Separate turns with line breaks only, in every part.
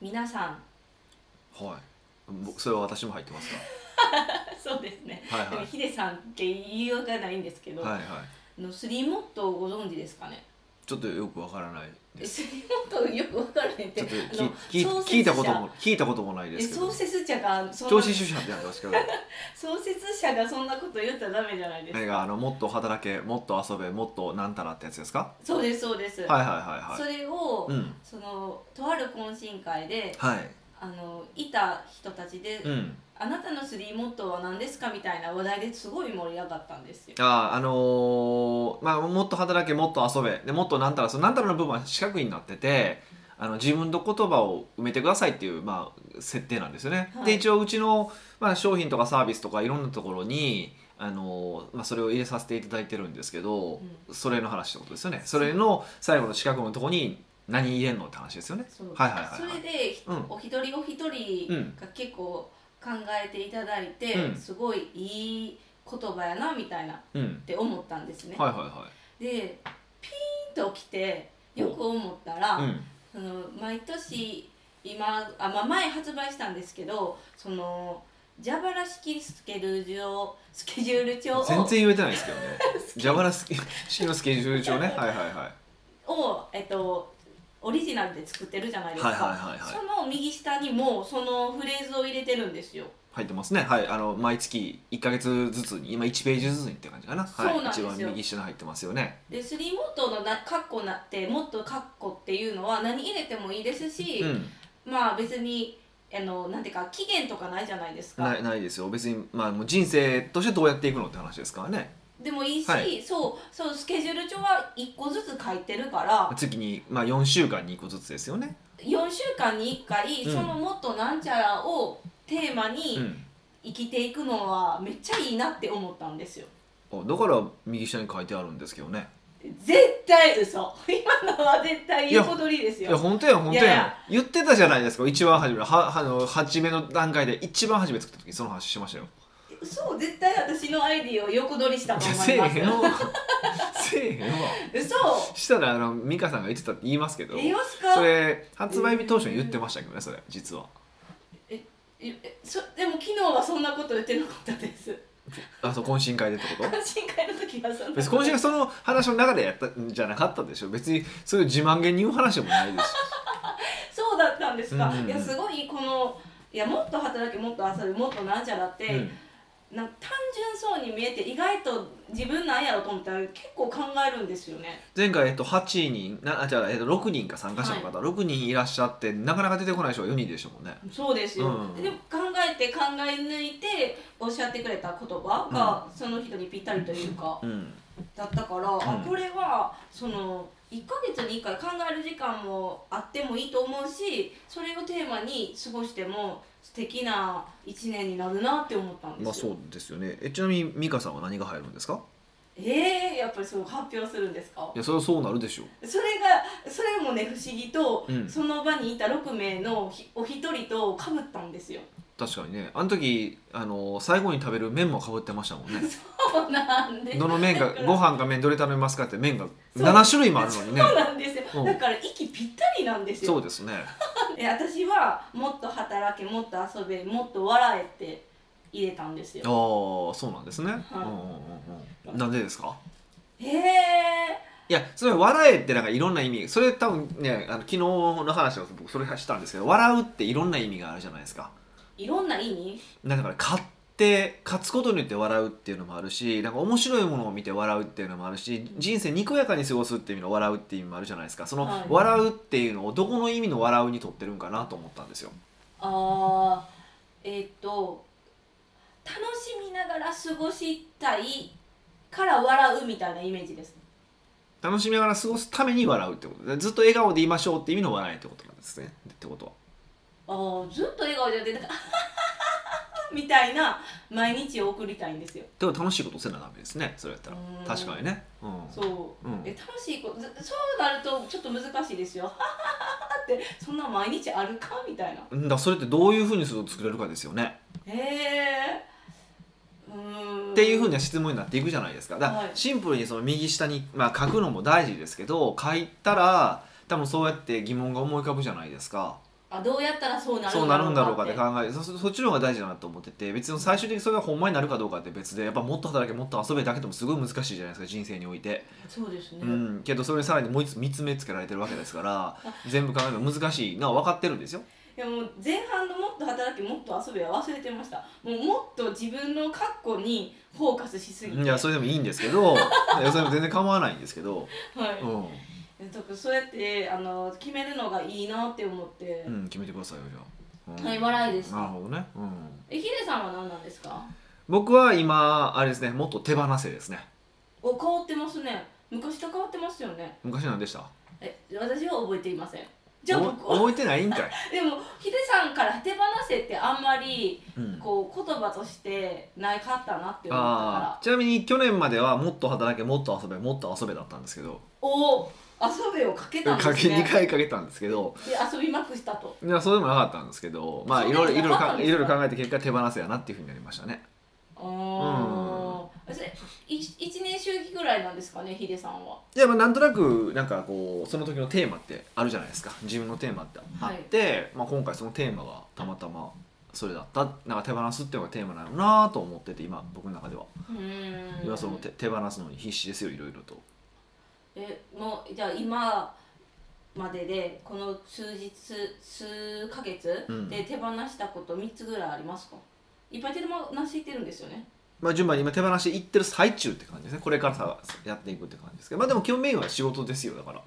皆さん
はい僕それは私も入ってます
そうですね、
かはい
で
は
も
い
ヒデさんって言い訳はないんですけど、
はいはい
あのスリーモットをご存知ですかね
ちょっとよくわからないです
スリーモットよく分からへんって
ちょっと
あ
聞
の
聞
創設者
聞いたことも聞いたこともないで
え
すけど
創設者がそんな
調子出社ってなってますけど
創設者がそんなこと言ったらダメじゃないです
映
か
画あのもっと働けもっと遊べもっとなんたらってやつですか
そうですそうです、
はいはいはい
そ
はい
れを、
うん
そのとある懇親会で
はい
あのいた人たちで、
うん
あなたのスリーモットーは何ですかみたいな話題ですごい盛り上がったんですよ
あーあのーまあもっと働けもっと遊べでもっとなんたらそのなんたらの部分は四角になっててあの自分の言葉を埋めてくださいっていう、まあ、設定なんですよね。
はい
で一応うちの、まあ、商品とかサービスとかいろんなところに、あのーまあ、それを入れさせていただいてるんですけど、それの話ってことですよね。それの最後の四角のところに何入れんのって話ですよね。
そう
はいはいはい
そ
はい
れで、
うん
お一人お一人が結構考えていただいて、
うん
すごいいい言葉やなみたいなっ
うん、
て思ったんですね、
はいはい
でピーンと来てよく思ったら、
はい。うん、
その毎年今あ、まあ、前発売したんですけどその蛇腹式スケジュール帳スケジュール帳を
全然言えてないですけどね。 蛇腹式のスケジュール帳ね。はいはいはい。
を、えっと、オリジナルで作ってるじゃないですか、
はいはいはいはい。
その右下にもそのフレーズを入れてるんですよ、
入ってますねはいあの毎月1か月ずつに今1ページずつにって感じかなはい
そうなんですよ
一番右下に入ってますよね
でスリーモットーのなカッコなってもっとカッコっていうのは何入れてもいいですし、
うん
まあ別にあのなんていうか期限とかないじゃないですか
ないないですよ別に、まあ、もう人生としてどうやっていくのって話ですからね
でもいいし、
はい
そうそうスケジュール帳は1個ずつ書いてるから
月に、まあ、4週間に1個ずつですよね
4週間に1回、
うん
そのもっとなんちゃらをテーマ
う
に
ん
生きていくのはめっちゃいいなって思ったんですよ
あだから右下に書いてあるんですけどね
絶対嘘 今のは絶対言うことりです
い
よ
や本当や本当や
いやいや
言ってたじゃないですか一番初めはあの初めの段階で一番初め作った時その話しましたよ
そう絶対私のアイディを横取りしたと
いや
思
せ
い
え
ます
へん
よ
わ せえへんわ
嘘
したらあの美香さんが言ってたって言いますけど
言いますか
それ発売日当初に言ってましたけどねそれ実は
ええそでも昨日はそんなこと言ってなかったです
あそう懇親会でってこと
懇親会の時はそんな
別
こ
に
と
懇親会その話の中でやったんじゃなかったでしょ別にそういう自慢げに言う話でもないですし
そうだったんですか、
うんうんうん
いやすごいこのいやもっと働けもっと遊べもっとなんちゃらって、
うん
なんか単純そうに見えて意外と自分なんやろと思ったら結構考えるんですよね
前回、えっと、8人なあじゃあ、えっと、6人か参加者の方、6人いらっしゃってなかなか出てこない人が4人でしたもんね
そうですよ、
うんうん
でも考えて考え抜いておっしゃってくれた言葉がその人にぴったりというか、
うん
だったから、
うん
あこれはその1ヶ月に1回考える時間もあってもいいと思うしそれをテーマに過ごしても素敵な1年になるなって思ったんですよ、
まあそうですよねえちなみに美香さんは何が入るんですか
えー、やっぱりそう発表するんですか
いやそれはそうなるでしょう
それがそれもね不思議と、
うん
その場にいた6名のひお一人とかぶったんですよ
確かにねあの時あの最後に食べる麺もかぶってましたもんね
そうなんです
どの麺が
だから
ご飯か麺どれ食べますかって麺が
そう
7種類もあるのにね
そうなんですよ、
うん
だから息ぴったりなんですよ
そうですね
で私はもっと働けもっと遊べもっと笑えって入れたんです
あ
よ
あそうなんですね、
はい
うんうんうんうんなんでですか
へえ
いやそれ笑えってなんかいろんな意味それ多分ねあの昨日の話を僕それしたんですけど笑うっていろんな意味があるじゃないですか
いろんな意味
なんかだから勝って勝つことによって笑うっていうのもあるしなんか面白いものを見て笑うっていうのもあるし人生にこやかに過ごすっていう意味の笑うっていう意味もあるじゃないですかその、
はい
笑うっていうのをどこの意味の笑うにとってるんかなと思ったんですよ
あーえーっと楽しみながら過ごしたいから笑うみたいなイメージです
楽しみながら過ごすために笑うってことずっと笑顔でいましょうって意味の笑いってことなんですねってことは
あーずっと笑顔じゃなくてなんかみたいな毎日を送りたいんですよ
でも楽しいことせなダメですねそれやったら
うん
確かにねうん
そう、
うん
え楽しいことずそうなるとちょっと難しいですよってそんな毎日あるかみたいな
うんだからそれってどういうふうにすると作れるかですよね、
へえうーん
っていうふうな質問になっていくじゃないですかだか
はい
らシンプルにその右下に、まあ、書くのも大事ですけど書いたら多分そうやって疑問が思い浮かぶじゃないですか
あどうやったらそうなる
そうなるんだろうかって
って
考えてそそそっちの方が大事だなと思ってて別に最終的にそれがほんまになるかどうかって別でやっぱもっと働けもっと遊べだけでもすごい難しいじゃないですか人生において、
そうですね、
うん、けどそれにさらにもう一つ3つ目つけられてるわけですから全部考えるの難しいのは分かってるんですよ
いやもう前半のもっと働きもっと遊びは忘れてましたもうもっと自分のカッコにフォーカスしすぎて
いやそれでもいいんですけ どいやそれも全然構わないんですけど、
はい、
うん
とかそうやってあの決めるのがいいなって思って、
うん、決めてくださいよじゃあ、うん
はい笑いです
なるほどね、うん、
えヒデさんは何なんですか
僕は今あれですねもっと手放せですね
お変わってますね昔と変わってますよね
昔なんでした
え私は覚えていませんじゃあ
お
僕は
覚えてないんかい、
でもヒデさんから手放せってあんまり
うん、
こう言葉としてないかったなって思ったか
あ
ら
ーちなみに去年まではもっと働けもっと遊べもっと遊べだったんですけど
おお遊びをかけたんです
かけ
ね
2回かけたんですけど
で遊びまくしたと
いやそうでもなかったんですけどまあ
そう
い
でも
ろいろいろいろ
なかった
か
んですか
いろいろ考えて結果手放せやなっていうふうになりましたね
ああ、それい一年周期ぐらいなんですかねヒデさんは。
いやまあなんとなくなんかこうその時のテーマってあるじゃないですか自分のテーマってあって、まあ、今回そのテーマがたまたまそれだったなんか手放すっていうのがテーマなのなと思ってて今僕の中では
うーん。
今その手手放すのに必死ですよいろいろと
えもうじゃあ今まででこの数日数ヶ月
うん
で手放したこと三つぐらいありますか。いっぱい手放していってるんですよね。
まあ順番に今手放していってる最中って感じですねこれからさやっていくって感じですけどまあでも基本メインは仕事ですよだからい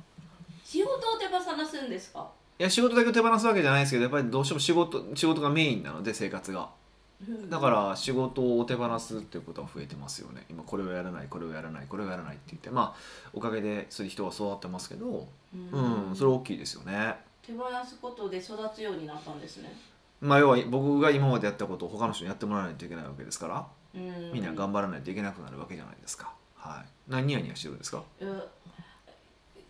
仕事を手放すんですか。。
や仕事だけを手放すわけじゃないですけどやっぱりどうしても仕事仕事がメインなので生活がだからら仕事を手放すっていうことは増えてますよね今これをやらないこれをやらないこれをやらないって言ってまあおかげでそういう人は育ってますけどうん、それ大きいですよね
手放すことで育つようになったんですね。
まあ要は僕が今までやったことを他の人にやってもらわないといけないわけですから
うん。
みんな頑張らないといけなくなるわけじゃないですかはい何ニヤニヤしてるんですか
うん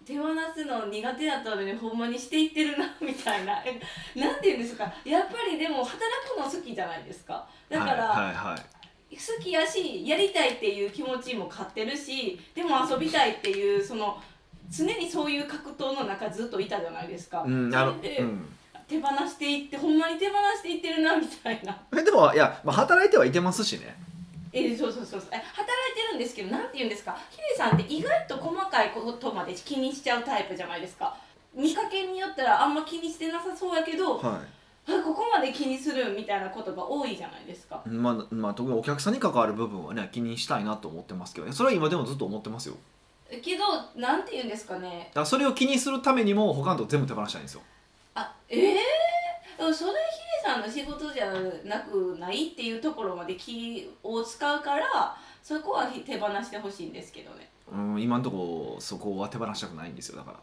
手放すの苦手だったのにほんまにしていってるなみた いなえなんて言うんですかやっぱりでも働くの好きじゃないですかだから、
はいはいはい
好きやしやりたいっていう気持ちも買ってるしでも遊びたいっていうその常にそういう格闘の中ずっといたじゃないですか、
うん、あの
それで
うん
手放していってほんまに手放していってるなみたいな
えでもいや、まあ、働いてはいてますしね
えそうそうそうそうえ働いてるんですけどなんて言うんですかヒデさんって意外と細かいことまで気にしちゃうタイプじゃないですか見かけによったらあんま気にしてなさそうやけどあ
は
ここまで気にするみたいなことが多いじゃないですか
いまあ、まあ、特にお客さんに関わる部分はね気にしたいなと思ってますけどねそれは今でもずっと思ってますよ
けどなんて言うんですかね
だからそれを気にするためにも他のとこ全部手放したいんですよ
あええー、それヒデさんの仕事じゃなくないっていうところまで気を使うからそこは手放してほしいんですけどね
うん今のところそこは手放したくないんですよだから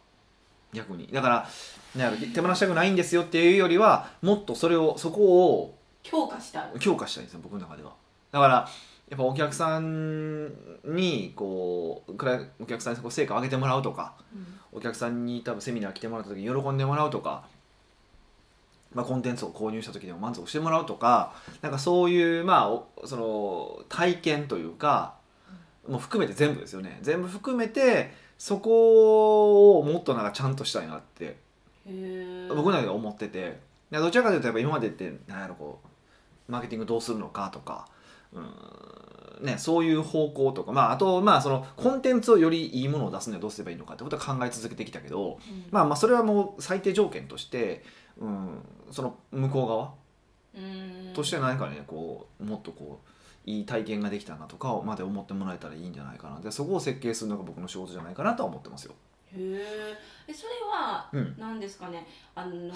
逆にだからなんやろ手放したくないんですよっていうよりはもっとそれをそこを
強化したい
強化したいんですよ僕の中ではだからやっぱお客さんにこうクライお客さんにこう成果を上げてもらうとかお客さんに多分セミナー来てもらった時に喜んでもらうとか、まあ、コンテンツを購入した時でも満足してもらうとかなんかそういう、まあ、おその体験というかもう含めて全部ですよね全部含めてそこをもっとなんかちゃんとしたいなって
へー
僕の中では思っててでどちらかというとやっぱ今までってなんやろこうマーケティングどうするのかとか。うんね、そういう方向とか、まあ、あと、まあ、そのコンテンツをよりいいものを出すにはどうすればいいのかってことは考え続けてきたけど、
うん
まあ、まあそれはもう最低条件として、うん、その向こう側
うん
として何かねこうもっとこういい体験ができたなとかまで思ってもらえたらいいんじゃないかなでそこを設計するのが僕の仕事じゃないかなとは思ってますよ。
へーえそれは
うん、
何ですかねあの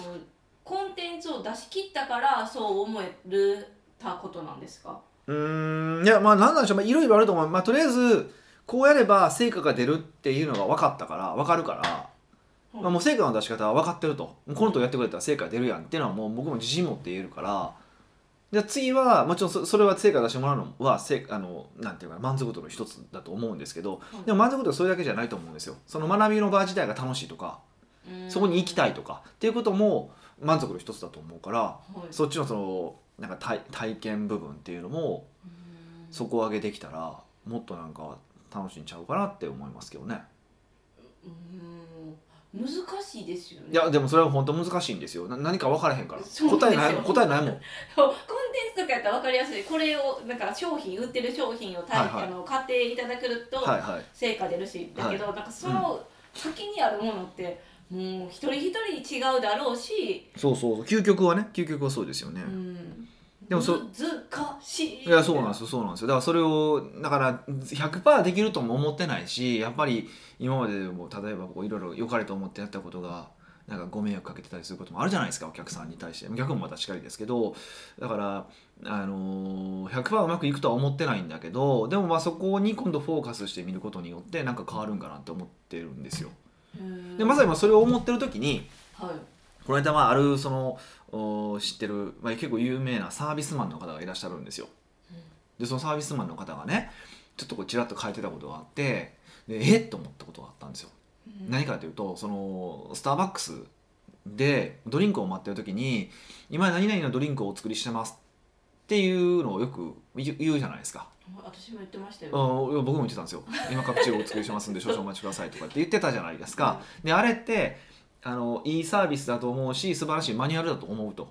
コンテンツを出し切ったからそう思えるたことなんですか
うーんいやまあ何なんでしょうまあいろいろあると思う、まあ、とりあえずこうやれば成果が出るっていうのが分かったから分かるから。まあ、もう成果の出し方は分かってるともうこのとやってくれたら成果出るやんっていうのはもう僕も自信持って言えるからじゃあ次はもちろんそそれは成果出してもらうのはせあのなんていうかな満足度の一つだと思うんですけど
うん
でも満足度はそれだけじゃないと思うんですよその学びの場自体が楽しいとか
うん
そこに行きたいとかっていうことも満足度の一つだと思うから
はい
そっちのそのなんか体体験部分っていうのも
うん
底上げできたらもっとなんか楽しんちゃうかなって思いますけどね。
うーん難しいですよね
いやでもそれは本当難しいんですよな何か分からへんから
そう
答えない
ですよ
答えないもん
コンテンツとかやったら分かりやすいこれをなんか商品売ってる商品をた、
はいはい
あの買っていただくと
はいはい
成果出るし、だけどなんかその先にあるものって、もう一人一人違うだろうし、
そうそう究極はね究極はそうですよね、
うん、
でもそ
難しい
いやそうなんですよそうなんですよだからそれをだから100%できるとも思ってないしやっぱり今まででも例えばこういろいろ良かれと思ってやったことがなんかご迷惑かけてたりすることもあるじゃないですかお客さんに対して逆もまたしかりですけどだから、あのー100%うまくいくとは思ってないんだけどでもまあそこに今度フォーカスしてみることによってなんか変わるんかなって思ってるんですよ。
うん
でまさにまあそれを思ってる時に
はい
この間まああるそのお知ってる、まあ、結構有名なサービスマンの方がいらっしゃるんですよ。でそのサービスマンの方がねちょっとこうちらっと書いてたことがあってでえっと思ったことがあったんですよ。
うん
何かというとそのスターバックスでドリンクを待ってる時に「今何々のドリンクをお作りしてます」っていうのをよく言う言うじゃないですか。
私も言ってました
あ
よ、
僕も言ってたんですよ「今カプチーをお作りしますんで少々お待ちください」とかって言ってたじゃないですか。であれってあのいいサービスだと思うし素晴らしいマニュアルだと思うと、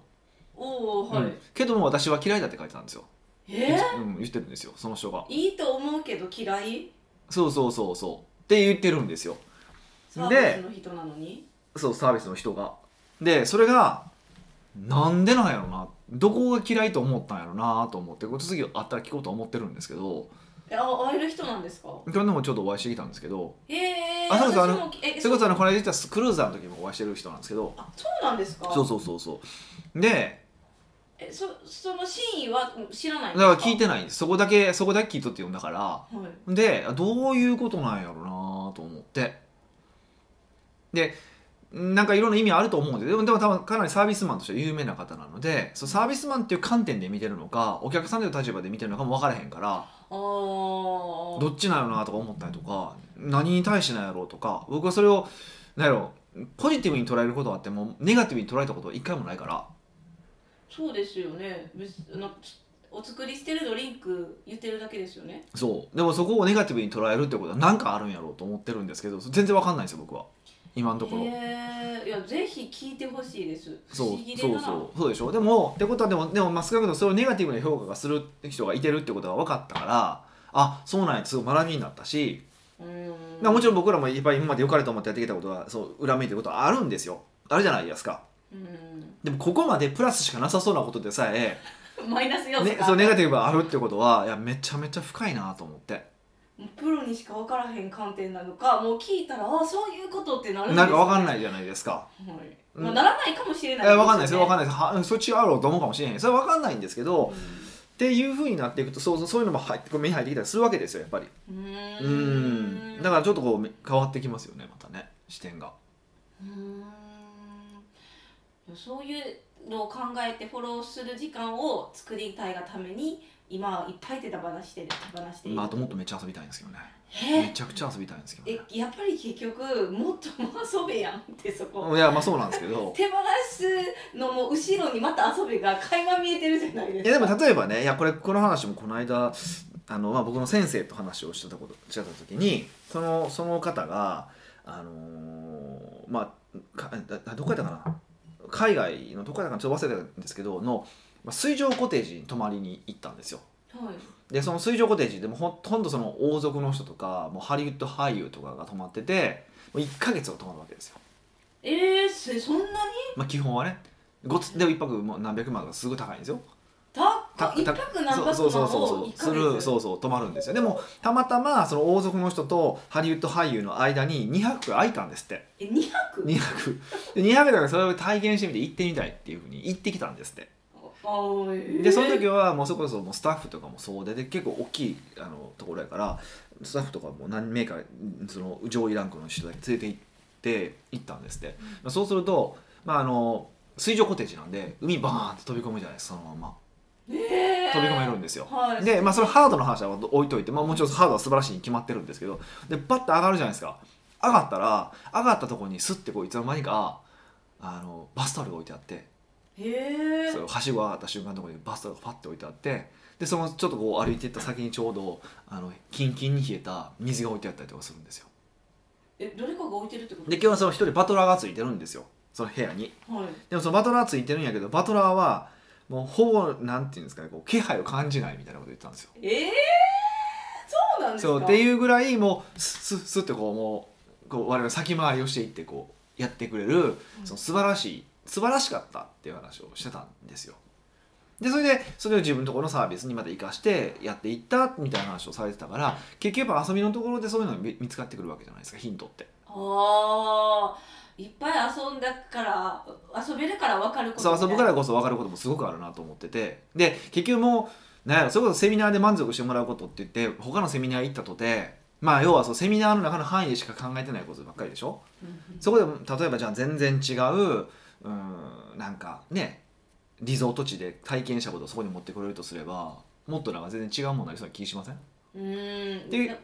おおはい、
うんけども私は嫌いだって書いてたんですよ、
え
うん、言ってるんですよその人が
ー、いいと思うけど嫌い
そうそうそうそうって言ってるんですよ
サービスの人なのに
そうサービスの人がでそれがなんでなんやろなどこが嫌いと思ったんやろなと思ってこれ次あったら聞こうと思ってるんですけど
えあ会える人なんですか
去年もちょっとお会いしてきたんですけど
ええ
あそうですあの
もえ
それこそあのこの間言ったクルーザーの時もお会いしてる人なんですけど
あそうなんですか
そうそうそうそうで
えそその真意は知らない
だ
んで
か
す
ら聞いてないんですそこだけそこだけ聞いとって読んだから
はい
でどういうことなんやろうなと思ってでなんかいろんな意味あると思うんででもでも多分かなりサービスマンとして有名な方なのでそうサービスマンっていう観点で見てるのかお客さんという立場で見てるのかも分からへんから
あー
どっちなんやろなとか思ったりとか何に対してなんやろうとか僕はそれをなんやろポジティブに捉えることはあってもネガティブに捉えたことは一回もないから
そうですよね別なんかお作りしてるドリンク言ってるだけですよね
そうでもそこをネガティブに捉えるってことは何かあるんやろうと思ってるんですけど全然分かんないんですよ僕は今のところ。
へえいやぜひ聞いてほしいです不
そう
思議で
そう
な
そうそうでしょでもってことはでもでもまあ少なくともそれをネガティブな評価がする人がいてるってことが分かったからあそうなんやすごい学びになったし、
うーん
まあもちろん僕らもいっぱい今まで良かれと思ってやってきたことはそう裏目いてることはあるんですよあるじゃないですか
うん
でもここまでプラスしかなさそうなことでさ え、
マイナス要素
ね、
が、
そうネガティブがあるってことはいやめちゃめちゃ深いなと思って
もうプロにしか分からへん観点なのかもう聞いたらあそういうことってなるんです
なんか分かん
い、
ないじゃないですか
はい
うん
まあ、ならないかもしれ
い
ない
や分かんないですよ分かん
ない
ないですはそっちあろうと思うかもしれへんそれは分かんないんですけどっていうふうになっていくとそうそうそういうのも入ってこう目に入ってきたりするわけですよやっぱり
うー
うんんだからちょっとこうめ変わってきますよねまたね視点が
うーんいやそういうのを考えてフォローする時間を作りたいがために今はいっぱい手放してる手放している、
まああともっとめっちゃ遊びたいんですけどねめ
え
ちゃくちゃ遊びたいんですけど
え
ね
やっぱり結局もっとも遊べやんってそこ、
いやまあそうなんですけ ど
手放すのも後ろにまた遊びが垣間見えてるじゃないです
い
か
やでも例えばねいやこれこの話もこの間あの、まあ、僕の先生と話をしてたことしてた時にそのその方があのーまあかあどこやったかな海外のどこやったかなちょっと忘れたんですけどのまあ水上コテージに泊まりに行ったんですよ
はい
でその水上コテージでもほとんどその王族の人とかもうハリウッド俳優とかが泊まっててもう1ヶ月は泊まるわけですよ、
えー、せそんなに
まあ、基本はねごつでも1泊もう何百万とかすごい高いんですよ
た
た
一
た
泊何泊
そうそう
な
そう
のを
そ
一
う
ヶ
す
月
るそうそう泊まるんですよでもたまたまその王族の人とハリウッド俳優の間に2泊空いたんですって
え2泊
2泊で2泊だからそれを体験してみて行ってみたいっていうふうに行ってきたんですって
あーえー
でその時はもうそれこそもうスタッフとかもそうでで結構大きいあのところやからスタッフとかも何名かうんその上位ランクの人だけ連れて行って行ったんですって、まあそうすると、まあ、あの水上コテージなんで海バーンって飛び込むじゃないですかそのま
え
ま
ー
飛び込めるんですよ、
はい
で、まあ、それハードの話は置いといて、まあ、もちろんハードは素晴らしいに決まってるんですけどでバッと上がるじゃないですか上がったら上がったところにスッてこういつの間にかあのバスタオルが置いてあって
へえ
そうはしご上がった瞬間のところにバスタオルがパッて置いてあってでそのちょっとこう歩いていった先にちょうどあのキンキンに冷えた水が置いてあったりとかするんですよ
えどれかが置いてるってこと
で今日はその一人バトラーがついてるんですよその部屋に
はい
でもそのバトラーついてるんやけどバトラーはもうほぼなんていうんですかねこう気配を感じないみたいなこと言ってたんですよ
ええそうなんですか
そうって
う
いうぐらいもうスッスッスッってこうもうこう我々先回りをしていってこうやってくれる
ん
その素晴らしい素晴らしかったっていう話をしてたんですよでそれでそれを自分のところのサービスにまた生かしてやっていったみたいな話をされてたから結局やっぱ遊びのところでそういうのが見見つかってくるわけじゃないですかヒントって
ああいっぱい遊んだから遊べるから分かること
そう遊ぶかららこそ分かることもすごくあるなと思っててで結局もうなんやろそれこそセミナーで満足してもらうことって言って他のセミナー行ったとてまあ要はそうセミナーの中の範囲でしか考えてないことばっかりでしょそこで例えばじゃあ全然違ううんなんかねリゾート地で体験したことをそこに持ってくれるとすればもっとなんか全然違うものになりそうな気しません
うーん
で
違う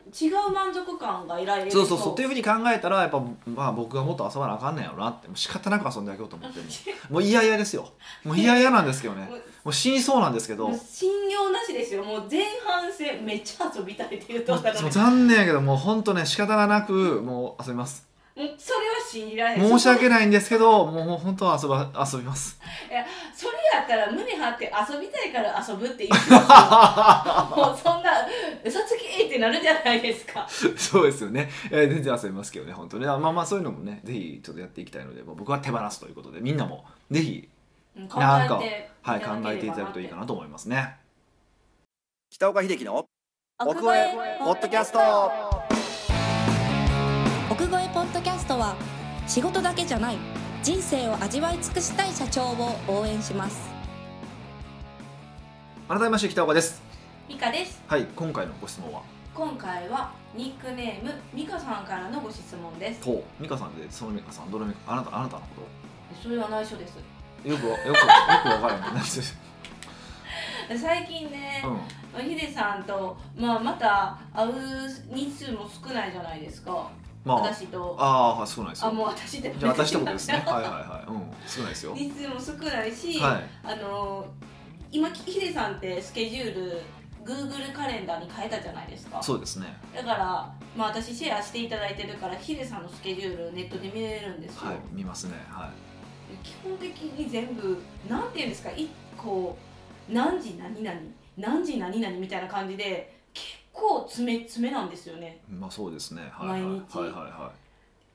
満足感が得られる
そうそう そうっていうふうに考えたらやっぱ、まあ、僕がもっと遊ばなあかんねんやろなってもう仕方なく遊んであげようと思って るもう嫌々ですよもう嫌々なんですけどね
もう
もう死にそうなんですけど
もう信用なしですよもう前半戦めっちゃ遊びたいって言うとったのに
も
も
う
う
残念やけどもう本当ね仕方がなくもう遊びます
それは信じられない
申し訳ないんですけどもうもう本当は遊ば遊びます
それやったら胸張って遊びたいから遊ぶって言うんですよもうそんな嘘つきってなるじゃないですか
そうですよね、えー全然遊びますけどね本当ねまあまあそういうのもねぜひちょっとやっていきたいので、まあ、僕は手放すということでみんなもぜひ、
うん考
なんか
えて
はい、考えていただくといいかなと思いますね北岡秀樹の
奥越えポッドキャスト
奥越えポッドキャストは仕事だけじゃない人生を味わい尽くしたい社長を応援します
改めまして北岡です
ミカです
はい今回のご質問は
今回はニックネームミカさんからのご質問です
ほう美香さんでその美香さんどの美香あなたあなたのこ
それは内緒です
とよくわよくよく分からない
最近ね
う、ん
ヒデさんと、まあ、また会う日数も少ないじゃないですか
まあ
私と
ああーそうなんです
あ
よ
もう私って
じゃあ私ってことですねはいはいはいうん少ないですよ は
日数も少ないし、
い
あの今ヒデさんってスケジュール Google カレンダーに変えたじゃないですか
そうですね
だから、まあ、私シェアしていただいてるからヒデさんのスケジュールネットで見れるんですよ、
はい見ますねはい
基本的に全部なんていうんですか一個何時何々何時何々みたいな感じで結構詰め詰めなんですよね
まあそうですね。はいはい
毎日
はいはいは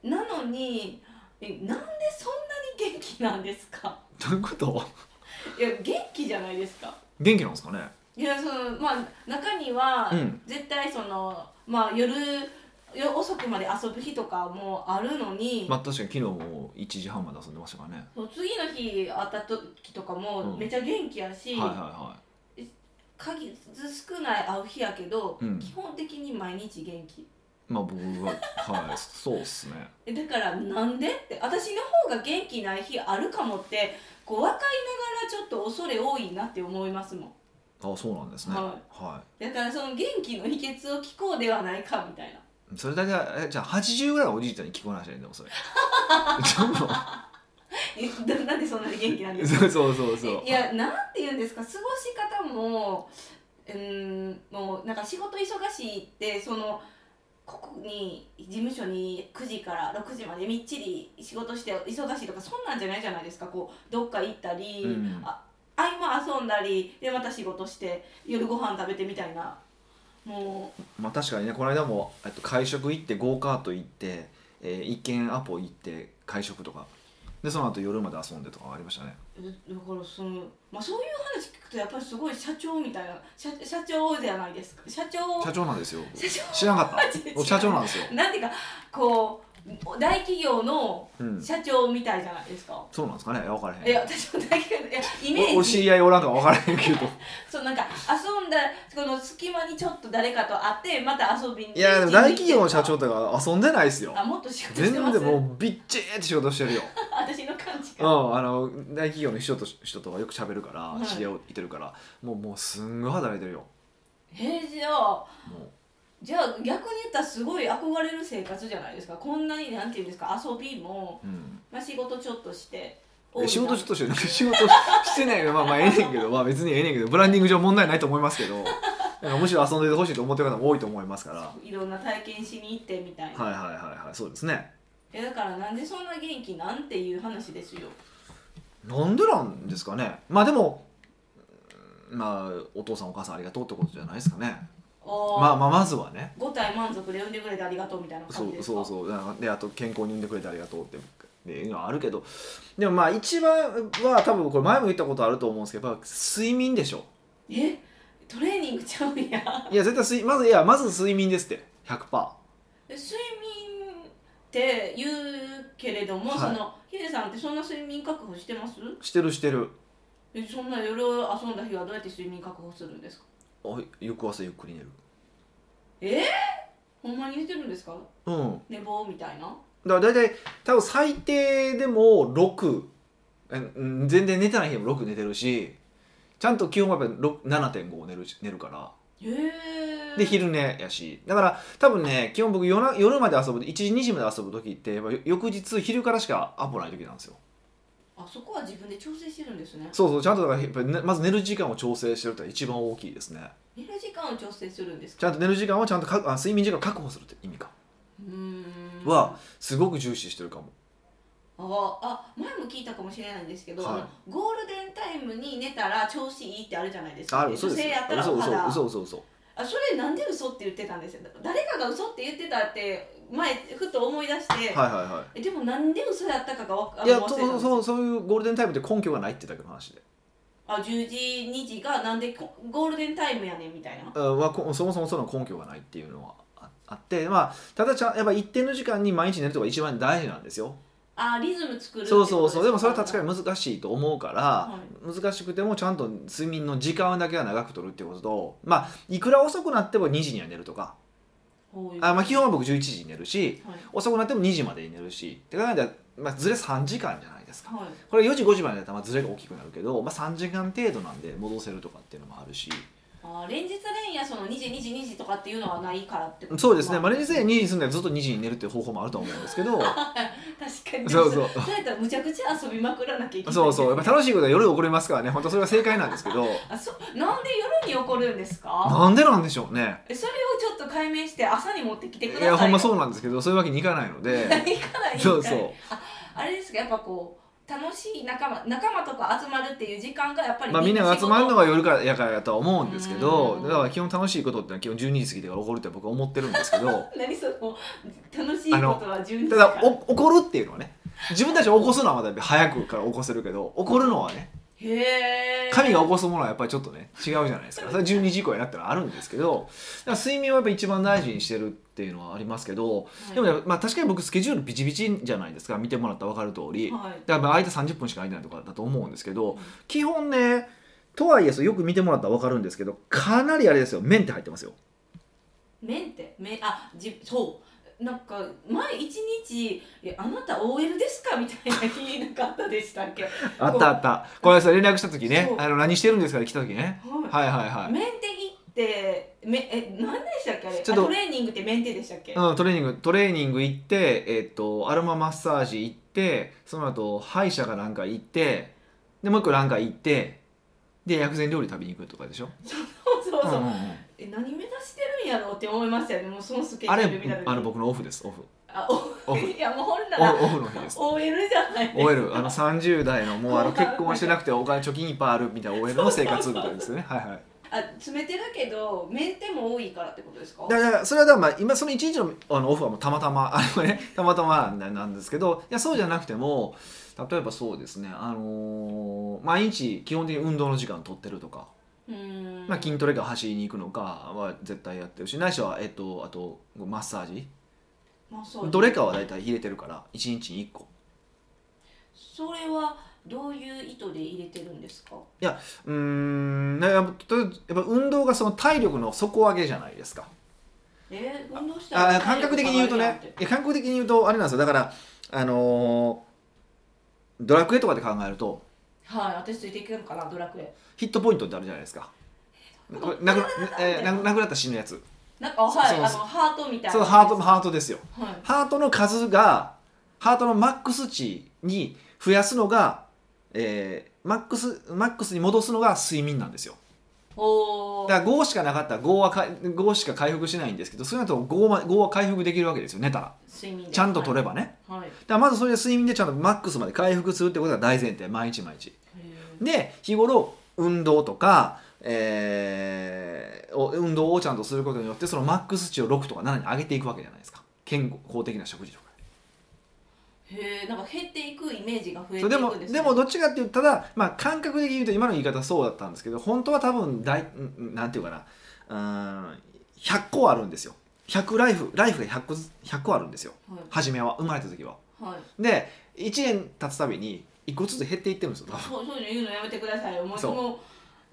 なのにえなんでそんなに元気なんですか
い。どういうこと？
いや元気じゃないですか
元気なんですかね。
いやそのまあ中には、
うん
絶対そのまあ夜夜遅くまで遊ぶ日とかもあるのに、
まあ確かに昨日も一時半まで遊んでましたからね。
そう次の日会った時とか
う
も
ん
めちゃ元気やし、
はいはいは
数少ない会う日やけど、
うん
基本的に毎日元気
い。まあ僕ははいそうっすね。
えだからなんでって私の方が元気ない日あるかもってこう若いながらちょっと恐れ多いなって思いますもん
あそうなんですね。は。
はいだからその元気の秘訣を聞こうではないかみたいな
それだけえじゃあ八十ぐらいのおじいちゃんに聞こえないじゃんでも それ。で
えななんでそんなに元気なんで
も
す
そ
か
うそうそうそう。
いやなんて言うんですか過ごし方もうーんもうなんか仕事忙しいってそのここに事務所に9時から6時までみっちり仕事して忙しいとかそんなんじゃないじゃないですかこうどっか行ったり、
うん
あ合間遊んだりでまた仕事して夜ご飯食べてみたいなもう
まあ確かにねこの間もえっと会食行ってゴーカート行って、えー、一軒アポ行って会食とかでその後夜まで遊んでとかありましたね。
だからその、まあ、そういう話聞くとやっぱりすごい社長みたいな社社長じゃないですか社長
社長なんですよ。
社長
知らなか
マ
っ
ジで
た。
違う
僕社長なん ですよ。
なんていうかこう大企業の
うん。
社長みたいじゃないですか、
そうなんですかねいや分からへん
いや私も大企業いやイメ
おお
ー
知
ジ
り合いおらんか分からへんけ ど
そうなんか遊んだこの隙間にちょっと誰かと会ってまた遊びに
いやでも大企業の社長とか遊んでないですよ
あもっと仕事し
全
て
然
ます
もうビッチーって仕事してるよ
私の感じ
う
が、
んあの大企業の人と人とかよく喋るから、
はい
知り合いいてるからもうもうすんごい働いてるよ
えーじゃあ
も
じゃあ逆に言ったらすごい憧れる生活じゃないですかこんなになんていうんですか遊びも、
う、うん
まあ、仕事ちょっとして
え、仕事ちょっ
と
としてる 仕事してないよまあまあええねんけどまあ別にええねんけどブランディング上問題ないと思いますけどなんかむしろ遊んでてほしいと思ってる方も多いと思いますからはい
いろんな体験しに行ってみたいな、
はいはいはいそうですね
えだからなんでそんな元気なんていう話ですよ
なんでなんですかねまあでもうんまあお父さんお母さんありがとうってことじゃないですかね
おー
まあまあまずはね
五体満足で産んでくれてありがとうみたいな
そ
感じで
う
すか
そうそうだからであと健康に産んでくれてありがとうってっていうのはあるけどでもまあ一番は多分これ前も言ったことあると思うんですけどやっぱ睡眠でしょ
えトレーニングちゃうんや
いや絶対睡まずいやまず睡眠ですって100%
睡眠って言うけれども、
はい
そのヒデさんってそんな睡眠確保してます
してるしてる
えそんな夜遊んだ日はどうやって睡眠確保するんですか
お翌朝ゆっくり寝る
えー、ほんまに寝てるんですか
うん
寝坊みたいな
だから大体多分最低でも6えうん全然寝てない日でも6寝てるしちゃんと基本はやっぱり6 7.5寝るし寝るから
へえ
で昼寝やしだから多分ね基本僕夜な夜まで遊ぶ1時2時まで遊ぶ時ってやっぱ翌日昼からしかアポない時なんですよ
あそこは自分で調整してるんですね
そうそうちゃんとだからやっぱりねまず寝る時間を調整してるってのが一番大きいですね
寝る時間を調整するんです
ちゃ
か
んと寝る時間をちゃんとかあ睡眠時間を確保するって意味か
うーん
はすごく重視してるかも
ああ前も聞いたかもしれないんですけど、
はい
あのゴールデンタイムに寝たら調子いいってあるじゃないですか
あるそうです
女性やったら
嘘
お
嘘
肌
嘘嘘嘘
あそれなんで嘘って言ってたんですよ誰かが嘘って言ってたって前ふと思い出して、
はいはいはい
えでもなんで嘘やったかがわか
いや
あの忘
そ
れたん
う
です
そう
よ
そういうゴールデンタイムって根拠がないってだけの話で、
あ10時2時がなんでこゴールデンタイムやねんみたいな
うんまあ、こそもそもその根拠がないっていうのはああって、まあ、ただちゃんやっぱ一定の時間に毎日寝るとか一番大事なんですよ
あリズム作るってこ
そ
と
うそうそうでもそれは確か
に
に難しいと思うから、
は
難しくてもちゃんと睡眠の時間だけは長く取るってこととまあいくら遅くなっても2時には寝るとかあ、まあ、基本は僕11時に寝るし
はい
遅くなっても2時までに寝るしって考えたら、まあ、ずれ3時間じゃないですか
はい
これ4時5時までだったらまあずれが大きくなるけど、まあ、3時間程度なんで戻せるとかっていうのもあるし
あー連日連夜その2時2時2時とかっていうのはないからってこと
そうですね、
ま
ま
あ
あ、レンジ2時にするんだらずっと2時に寝るっていう方法もあると思うんですけど
確かに
そうそう
それやったらむちゃくちゃ遊びまくらなきゃいけない
そうそうやっぱ楽しいことは夜起こりますからね本当それが正解なんですけど
あそうなんで夜に起こるんですか
なんでなんでしょうね
えそれをちょっと解明して朝に持ってきてくだ
い
さい
やほん まそううなんですけどそういうわけにいかないので
何から言いたい
そうそう
あれですかやっぱこう楽しい仲間仲間とか集まるっていう時間がやっぱり
まあ、みんなが集まるの
が
が夜からやからやとは思うんですけ
う
ど
ん
だから基本楽しいことってのは基本12時過ぎてから起こるって僕は思ってるんですけど
何その楽しいことは順
ただお起こるっていうのはね自分たちが起こすのはまだ早くから起こせるけど起こるのはね
へえ
神が起こすものはやっぱりちょっとね違うじゃないですかそれは12時以降になったらあるんですけどだから睡眠はやっぱ一番大事にしてるっていうのはありますけどでもね、まあ、確かに僕スケジュールビチビチじゃないですか見てもらったら分かる通り、
はい
だから間30分しか空いてないとかだと思うんですけど、基本ねとはいえそうよく見てもらったら分かるんですけどかなりあれですよ麺って入ってますよ
麺って麺あじそうなんか前一日え「あなた OL ですか?」みたいな日なかったでしたっけ
あったあったこれさ連絡した時ね
そう
あの何してるんですかって来た時ね
は、
はいはいはいい、
メンテギってめえ何でしたっけあれ
ちょっと
あトレーニングってメンテでしたっけ、
うん、トレーニングトレーニング行ってえっとアロママッサージ行ってその後歯医者が何か行ってでもう一個何か行ってで薬膳料理食べに行くとかでしょ
そうそうそう、
うんうんうん
え何目指してるんやろうって思いましたよねもうそのスケジュ
あれ
ール見た時に
あれ僕のオフですオフ
あお
オフ
いやもうほんな
オ
ら
フオフの日です。
OL じゃないですか
OL あの30代のもうあの結婚はしてなくてお金貯金いっぱいあるみたいな OL の生活みたいですよねはいはい
あ詰めてるけどメンテも多いからってことですか
だからそれはだからまあ今その一日のあのオフはもうたまたまあの、ね、 たまたまななんですけどいやそうじゃなくても例えばそうですね、あのー毎日基本的に運動の時間取ってるとか、
うーん
まあ、筋トレか走りに行くのかは絶対やってるしないしは、えっと、あとマッサージ
まあそう
どれかは大体入れてるから一日に1個
それはどういう意図で入れてるんですか
うーんだからやっぱやっぱ運動がその体力の底上げじゃないですか
えー、運動した
あ
ら
感覚的に言うとねいや感覚的に言うとあれなんですよだからあのードラクエとかで考えると
はい私ついていけるかなドラクエ
ヒットポイントってあるじゃないですかこれなくなえーななくなったら死ぬやつ
なんかはい
そうそう
あのハートみたいな
そのハートハートですよ
トはい
ハートの数がハートのマックス値に増やすのが、えーマックスマックスに戻すのが睡眠なんですよ
おー
だから5しかなかったら5はか5しか回復しないんですけどそういうのと 5, ま5は回復できるわけですよ寝たら
睡眠で
ちゃんと取ればね
はい、はい
だからまずそれで睡眠でちゃんとマックスまで回復するってことが大前提毎日毎日
へ
で日頃運動とか、えーお運動をちゃんとすることによってそのマックス値を6とか7に上げていくわけじゃないですか健康的な食事とか
ーへえんか減っていくイメージが増えていく
そうんでも
ですね
でもどっちかっていうとただ、まあ、感覚的に言うと今の言い方はそうだったんですけど本当は多分大んなんていうかなうーん100個あるんですよ100ライフライフが100個ず100個あるんですよ
はい
初めは生まれた時は
はい
で1年経つたびに1個ずつ減っていってるんですよ多分
そうそういうの言うのやめてくださいよもう
そう
もう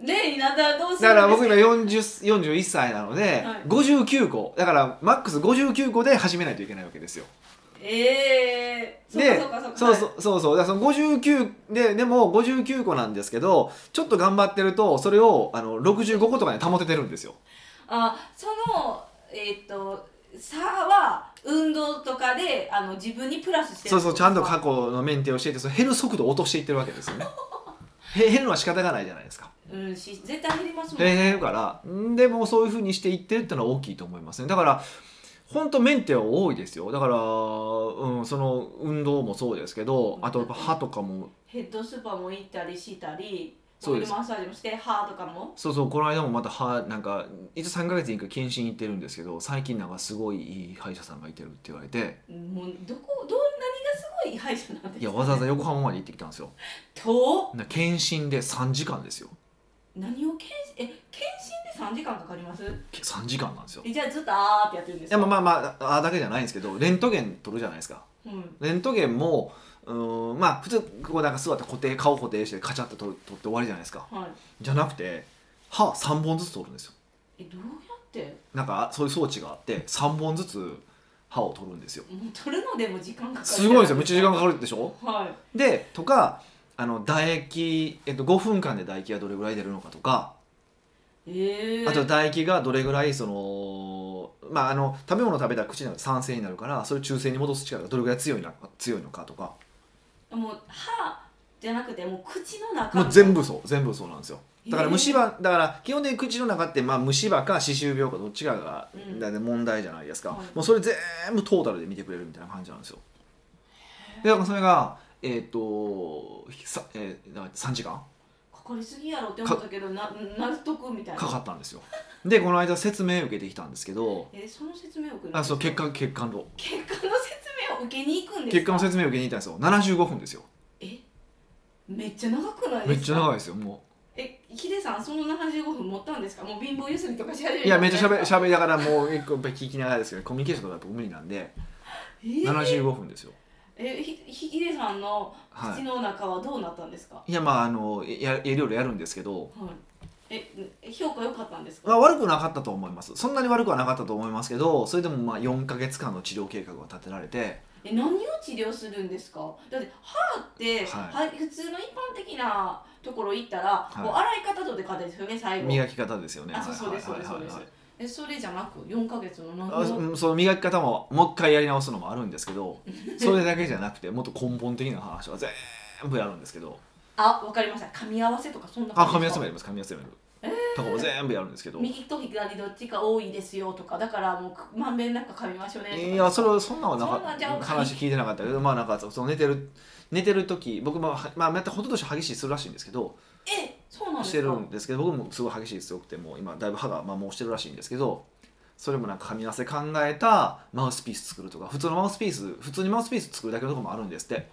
例になったらどうする
だから僕
んで
今
す
40 41歳なので、
はい
59個だからマックス59個で始めないといけないわけですよ
ええ
で
そうかそうか
そう
か
そうそうそうだからその59ででも59個なんですけどちょっと頑張ってるとそれをあの65個とかに保ててるんですよ
あそのえーっと差は運動とかであの自分にプラスして
そうそうちゃんと過
か
去のメンテをしていてその減る速度を落としていってるわけですよねへ減るのは仕方がないじゃないですか
うんし絶対減りますもん
減るからんでもそういうふうにしていってるってのは大きいと思いますねだから本当メンテは多いですよだから、うん、その運動もそうですけどあとやっぱ歯とかも
ヘッドスーパーも行ったりしたり
そうです
オイルマッサージもして歯とかも
そうそうこの間もまた歯なんか一応3ヶ月に1回検診行ってるんですけど最近なんかすごいいい歯医者さんがいてるって言われて
もうどこどう何がすごい歯医者なんですか
いやわざわざ横浜まで行ってきたんですよ
と
な検診で3時間ですよ
何を検診え検診で三時間かかります
け3時間なんですよい
えじゃあずっとあーってやってるんですか
やまあまあまああだけじゃないんですけどレントゲン取るじゃないですか
うん
レントゲンもうーんまあ普通こうなんか座って固定顔固定してカチャって取る取って終わりじゃないですか
はい
じゃなくて歯3本ずつ取るんですよ
えどうやって
なんかそういう装置があって3本ずつ歯を取るんですよ
もう取るのでも時間かかる
すごいですよめっちゃ時間かかるでしょ
はい
でとかあの唾液、えっと、5分間で唾液がどれぐらい出るのかとか
ええー、
あと唾液がどれぐらいそのまああの食べ物を食べたら口の中で酸性になるからそれを中性に戻す力がどれぐらい強いな強いのかとか
もう歯じゃなくてもう口の中
も
の
う全部そう全部そうなんですよだから
へえ
虫歯だから基本的に口の中ってまあ虫歯か歯周病かどっちかが
うん
だいたい問題じゃないですか、
はい
もうそれ全部トータルで見てくれるみたいな感じなんですよでだからそれがえっ、とさ、えー、だから3時間
かかりすぎやろって思ったけどな納得みたいな
かかったんですよでこの間説明受けてきたんですけど
えその説明を受ける
あそう血管血管炉
結果の説明を受けに行くんですか
血管の説明受けに行ったんですよ75分ですよ
えめっちゃ長くない
め
で
っ
す
ち
か
ゃ長いですよも
えヒデさんその75分持ったんですかもう貧乏ゆすりとかし始め
ういやめっちゃしゃべし
ゃ
ゃべりながらもう一個やっぱり聞きながらですけどコミュニケーションとかやっぱ無理なんで
えー、
75分ですよ
えひひヒデさんの
はい
口の中はどうなったんですかはい
やまああのやいろいろやるんですけど、
い、え評価良かったんですか
まあ、悪くなかったと思いますそんなに悪くはなかったと思いますけどそれでもまあ4か月間の治療計画が立てられて
え何を治療するんですかだって歯って、
は
は普通の一般的なところ行ったら、
い
こう洗い方とでかですよね最後
磨き方ですよね
あそうそうですそうですそうですえそれじゃなく4ヶ月の何
あ
の
うんその磨き方ももう一回やり直すのもあるんですけどそれだけじゃなくてもっと根本的な話は全部やるんですけど
あわかりました噛み合わせとかそんな
あ
じ
噛み合
ですか
わせもやります噛み合わせもやる、とかも全部やるんですけど
右と左どっちか多いですよとかだからもうくまんべんなく噛みましょうねとか
いやそれそんなんはなか
そんなんじゃ
った話聞いてなかったけどまあなんかその寝てる寝てる時僕もはまあまたほとんどし激しいするらしいんですけど
えそうなんで
して
す
る
か
んですけど僕もすごい激しい強くてもう今だいぶ歯が摩耗してるらしいんですけどそれもなんか噛み合わせ考えたマウスピース作るとか普通のマウスピース普通にマウスピース作るだけのとこもあるんですって
はい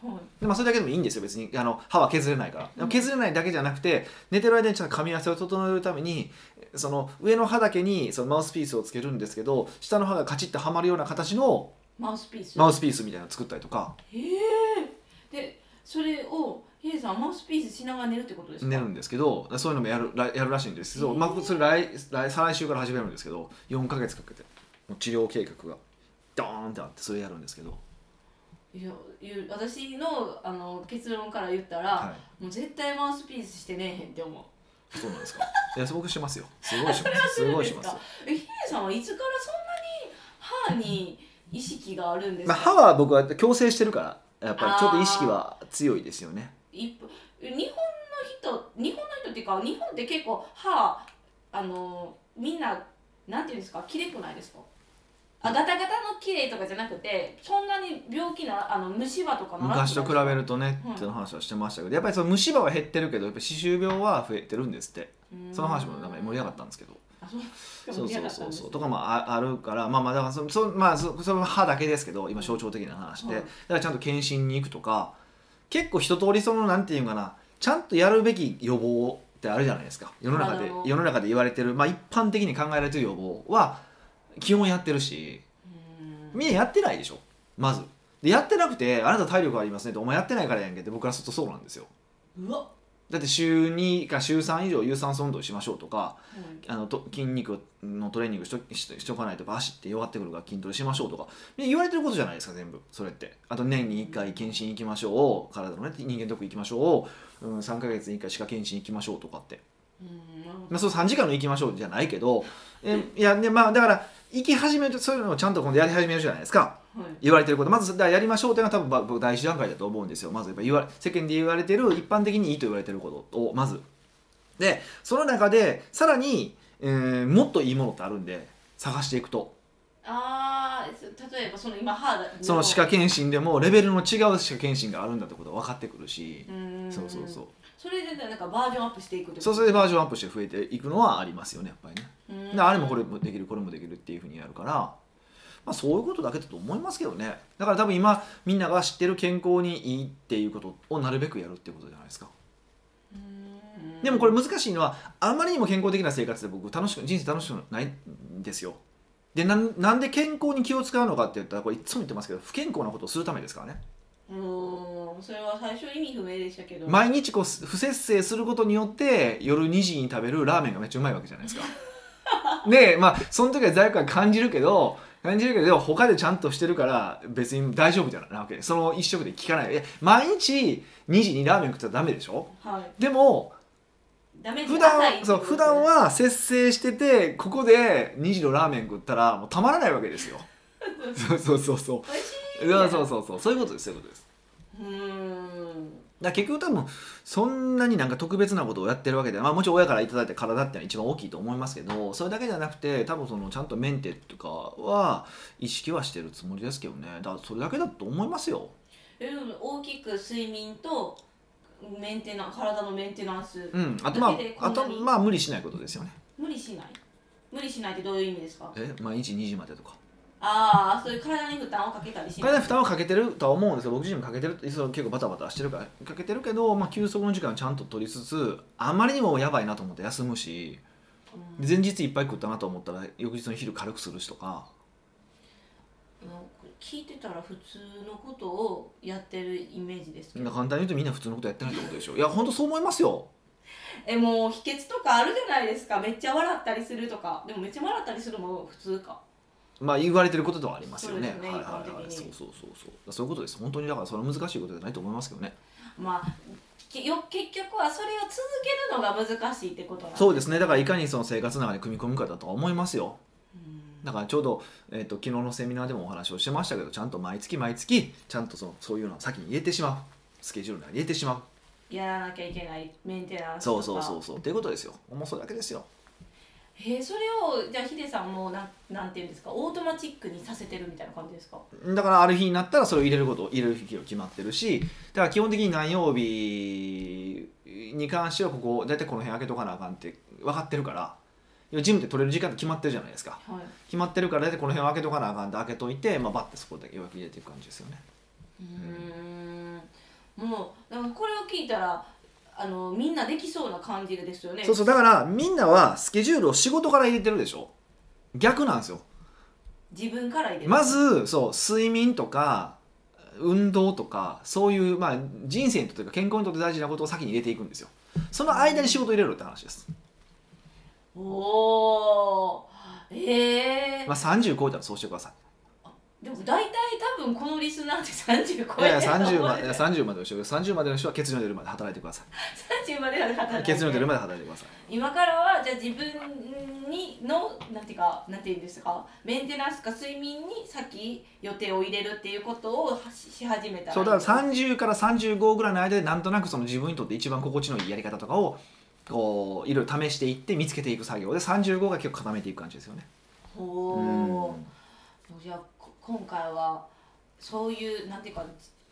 で、まあ、それだけでもいいんですよ別にあの歯は削れないからでも削れないだけじゃなくて寝てる間にちゃんと噛み合わせを整えるためにその上の歯だけにそのマウスピースをつけるんですけど下の歯がカチッとはまるような形の
マウスピース
マウスピースみたいなの作ったりとか
へえでそれをヒデさんマウスピースしながら寝るってことですか
寝るんですけどそういうのもやるらやるらしいんですけど、
えー
まあ、それ来来再来週から始めるんですけど4か月かけてもう治療計画がドーンってあってそれやるんですけど、
いやいう私のあの結論から言ったら、
は
もう絶対マウスピースしてねえへんって思う
い、そうなんですかいや僕しますよすごいしま
それは
す
す
す
るん
ご
で
い
すか
しますよ
えヒデさんはいつからそんなに歯に意識があるんです
まあ、
か、
歯は僕は矯正してるからやっぱりちょっと意識は強いですよね
一歩日本の人日本の人っていうか日本って結構歯あのみんななんていうんですか綺麗くないですかあガタガタの綺麗とかじゃなくてそんなに病気なあの虫歯とかならなくない
昔と比べるとね
うん
っていう話はしてましたけどやっぱりその虫歯は減ってるけどやっぱ歯周病は増えてるんですって
うん
その話もなんか盛り上がったんですけど
あそう
そ
盛
う
り
そ
上が
う
った
そ
ん
う
です
そうとかもああるからまあまあだからそそ,、まあ、そその歯だけですけど今象徴的な話で、
うん
だからちゃんと検診に行くとか結構一通りそのなんていうかなちゃんとやるべき予防ってあるじゃないですか世の中で
あの
世の中で言われてる、まあ、一般的に考えられてる予防は基本やってるし
うん
みんなやってないでしょまずでやってなくてあなた体力ありますねってお前やってないからやんけって僕らするとそうなんですよ
うわ
だって週2か週3以上有酸素運動しましょうとか
うん
あのと筋肉のトレーニングしとししとかないと足って弱ってくるから筋トレしましょうとかね言われてることじゃないですか全部それってあと年に1回検診行きましょう体のね人間ドック行きましょう、うん、3ヶ月に1回歯科検診行きましょうとかって、
うん
まあ、そう3時間の行きましょうじゃないけどえいやねまあだから行き始めるとそういうのをちゃんと今度やり始めるじゃないですか
はい
言われてることまずだからやりましょうというのは多分ば僕第一段階だと思うんですよまずやっぱ言わ世間で言われてる一般的にいいと言われてることをまずでその中でさらに、えーもっといいものってあるんで探していくと
ああ例えばその今歯だ
その歯科検診でもレベルの違う歯科検診があるんだってことが分かってくるし
うん
そうそうそう
それでなんかバージョンアップしていくってこと
そうするとバージョンアップして増えていくのはありますよねやっぱりね
うん
であれもこれもできるこれもできるっていうふうにやるから、まあ、そういうことだけだと思いますけどねだから多分今みんなが知ってる健康にいいっていうことをなるべくやるってことじゃないですか
うん
でもこれ難しいのはあまりにも健康的な生活で僕楽しく人生楽しくないんですよでなんなんで健康に気を使うのかって言ったらこれいつも言ってますけど不健康なことをするためですからね
うんそれは最初意味不明でしたけど
毎日こう不節制することによって夜2時に食べるラーメンがめっちゃうまいわけじゃないですかでまあその時は罪悪感感じるけど感じるけどでも他でちゃんとしてるから別に大丈夫じゃないなわけでその一食で効かないいや毎日2時にラーメン食ったらダメでしょ
はい
でも
ダメージ
普
浅いっ
段
て
そ
こ
う
と
普段は節制しててここで2時のラーメン食ったらもうたまらないわけですよそうそうそうそう
美味し
そうそうそうそうそういうことですそういうことです
いうーん
だから結局多分そんなになんか特別なことをやってるわけで、まあ、もちろん親から頂いただいた体ってのは一番大きいと思いますけどそれだけじゃなくて多分そのちゃんとメンテとかは意識はしてるつもりですけどねだからそれだけだと思いますよ
えでも大きく睡眠とメンテナ体のメンテナンス、
うんあとま
だけで
あ
こ
あ
んな
と
に
まあ無理しないことですよね
無理しない無理しないってどういう意味ですか
え毎日2時までとか
ああそういう体に負担をかけたりしない
体に負担はかけてるとは思うんですけど僕自身もかけてるその結構バタバタしてるからかけてるけど、まあ、休息の時間をちゃんと取りつつあまりにもやばいなと思って休むし
うん
前日いっぱい食ったなと思ったら翌日の昼軽くするしとか
聞いてたら普通のことをやってるイメージですけ
簡
ど
単に言うとみんな普通のことやってないってことでしょいや本当そう思いますよ
えもう秘訣とかあるじゃないですかめっちゃ笑ったりするとかでもめっちゃ笑ったりするも普通か
まあ言われてることではありますよね
そうですね
はいはいはい
一般的に
そうそうそうそうそういうことです本当にだからそれは難しいことじゃないと思いますけどね
まあきよ結局はそれを続けるのが難しいってことなん
そう
で
ですねだからいかにその生活の中に組み込むかだとは思いますよ
うん
だからちょうど、えー、と昨日のセミナーでもお話をしてましたけどちゃんと毎月毎月ちゃんとそのそういうのを先に入れてしまうスケジュールに入れてしまう
やらなきゃいけないメンテナンスと
そ
か
うそうそうそうっていうことですよもうそれだけですよ
へえそれをじゃあヒデさんもなんなんていうんですかオートマチックにさせてるみたいな感じですか
だからある日になったらそれを入れること入れる日が決まってるしだから基本的に何曜日に関してはここ大体この辺開けとかなあかんって分かってるから要はジムって取れる時間って決まってるじゃないですか
はい
決まってるから大体この辺開けとかなあかんって開けといて、まあ、バッてそこだけ予約入れていく感じですよね
うーんもうなんかこれを聞いたらあのみんなできそうな感じですよね
そうそうだからみんなはスケジュールを仕事から入れてるでしょ逆なんですよ
自分から入れる
まずそう睡眠とか運動とかそういう、まあ、人生にとってか健康にとって大事なことを先に入れていくんですよその間に仕事入れろって話です、
おおええ
まあ、30超えたらそうしてくださ
でも大体多分このリスナーって30
い
超
いや
え
い
て
や
ると思う
30までいや30までの人30までの人は血尿出るまで働いてくださ
30までは働
い
いて
血尿出るまで働いてください
今からはじゃあ自分にのなんていうかなんていうんですかメンテナンスか睡眠に先予定を入れるっていうことをはしし始めたら
そうだから30から35ぐらいの間でなんとなくその自分にとって一番心地のいいやり方とかをこういろいろ試していって見つけていく作業で35が結構固めていく感じですよね。
ほ
うん
おじゃあこ今回はそういうなんていうか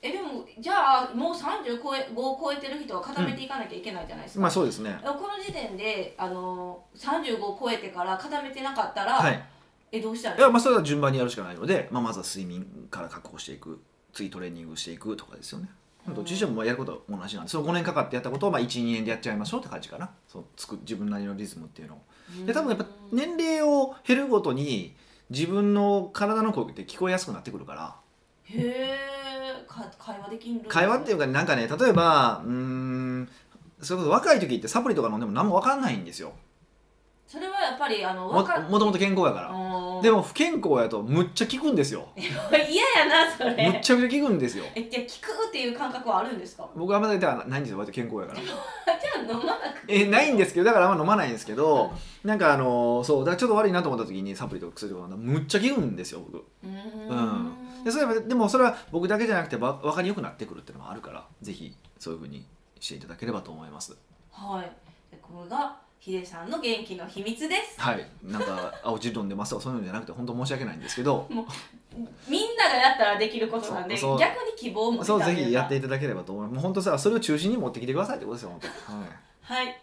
えでもじゃあもう35超え五を超えてる人は固めていかなきゃいけないじゃないですか、
まあそうですね。
この時点であの35を超えてから固めてなかったら、
はい。
えどうしたら
いやまあそれは順番にやるしかないので、まあ、まずは睡眠から確保していく次トレーニングしていくとかですよね
うん
どっちにしてもまあやることは同じなんでその5年かかってやったことをまあ12年でやっちゃいましょうって感じかなそうつく自分なりのリズムっていうのをで多分やっぱ
ね
年齢を減るごとに自分の体の声って聞こえやすくなってくるから
へえか会話できるんですね
会話っていうかなんかね例えばうーんそれこそ若い時ってサプリとか飲んでも何も分かんないんですよ
それはやっぱりあの
もも
若
ともと健康やから
も
でも不健康やとむっちゃ効くんですよ
嫌やなそれ
むっちゃくちゃ効くんですよ
えじゃあ聞くっていう感覚はあるんですか
僕はあんまりだからないんですよ割と健康やから
じゃあ飲まなくて
えないんですけどだからあんま飲まないんですけどなんかあのそうだからちょっと悪いなと思った時にサプリとか薬とか飲んだらむっちゃ効くんですよ僕
うー
うんでそれはでもそれは僕だけじゃなくてば分かりよくなってくるっていうのもあるからぜひそういうふうにしていただければと思います
はいでこれがヒデさんの元気の秘密です
はいなんか 青汁飲んでますとかそういうのじゃなくて本当申し訳ないんですけど
みんながやったらできることなんで
そうそ
逆
う
に希望も
そうぜひやって
い
いただければと思いますもう本当さそれを中心に持ってきてくださいってことですよ本当はい
はい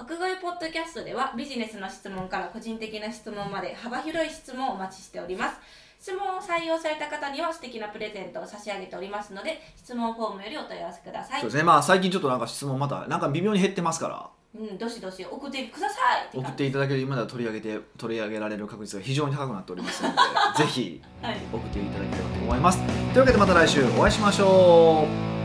奥越ポッドキャストではビジネスの質問から個人的な質問まで幅広い質問をお待ちしております質問を採用された方には素敵なプレゼントを差し上げておりますので質問フォームよりお問い合わせください
そうですねまあ最近ちょっとなんか質問またなんか微妙に減ってますから
うん、どしどし送ってください
送っ
い
ていただける今では取り上げて取り上げられる確率が非常に高くなっておりますのでぜひ
はい
送っていただければと思いますというわけでまた来週お会いしましょう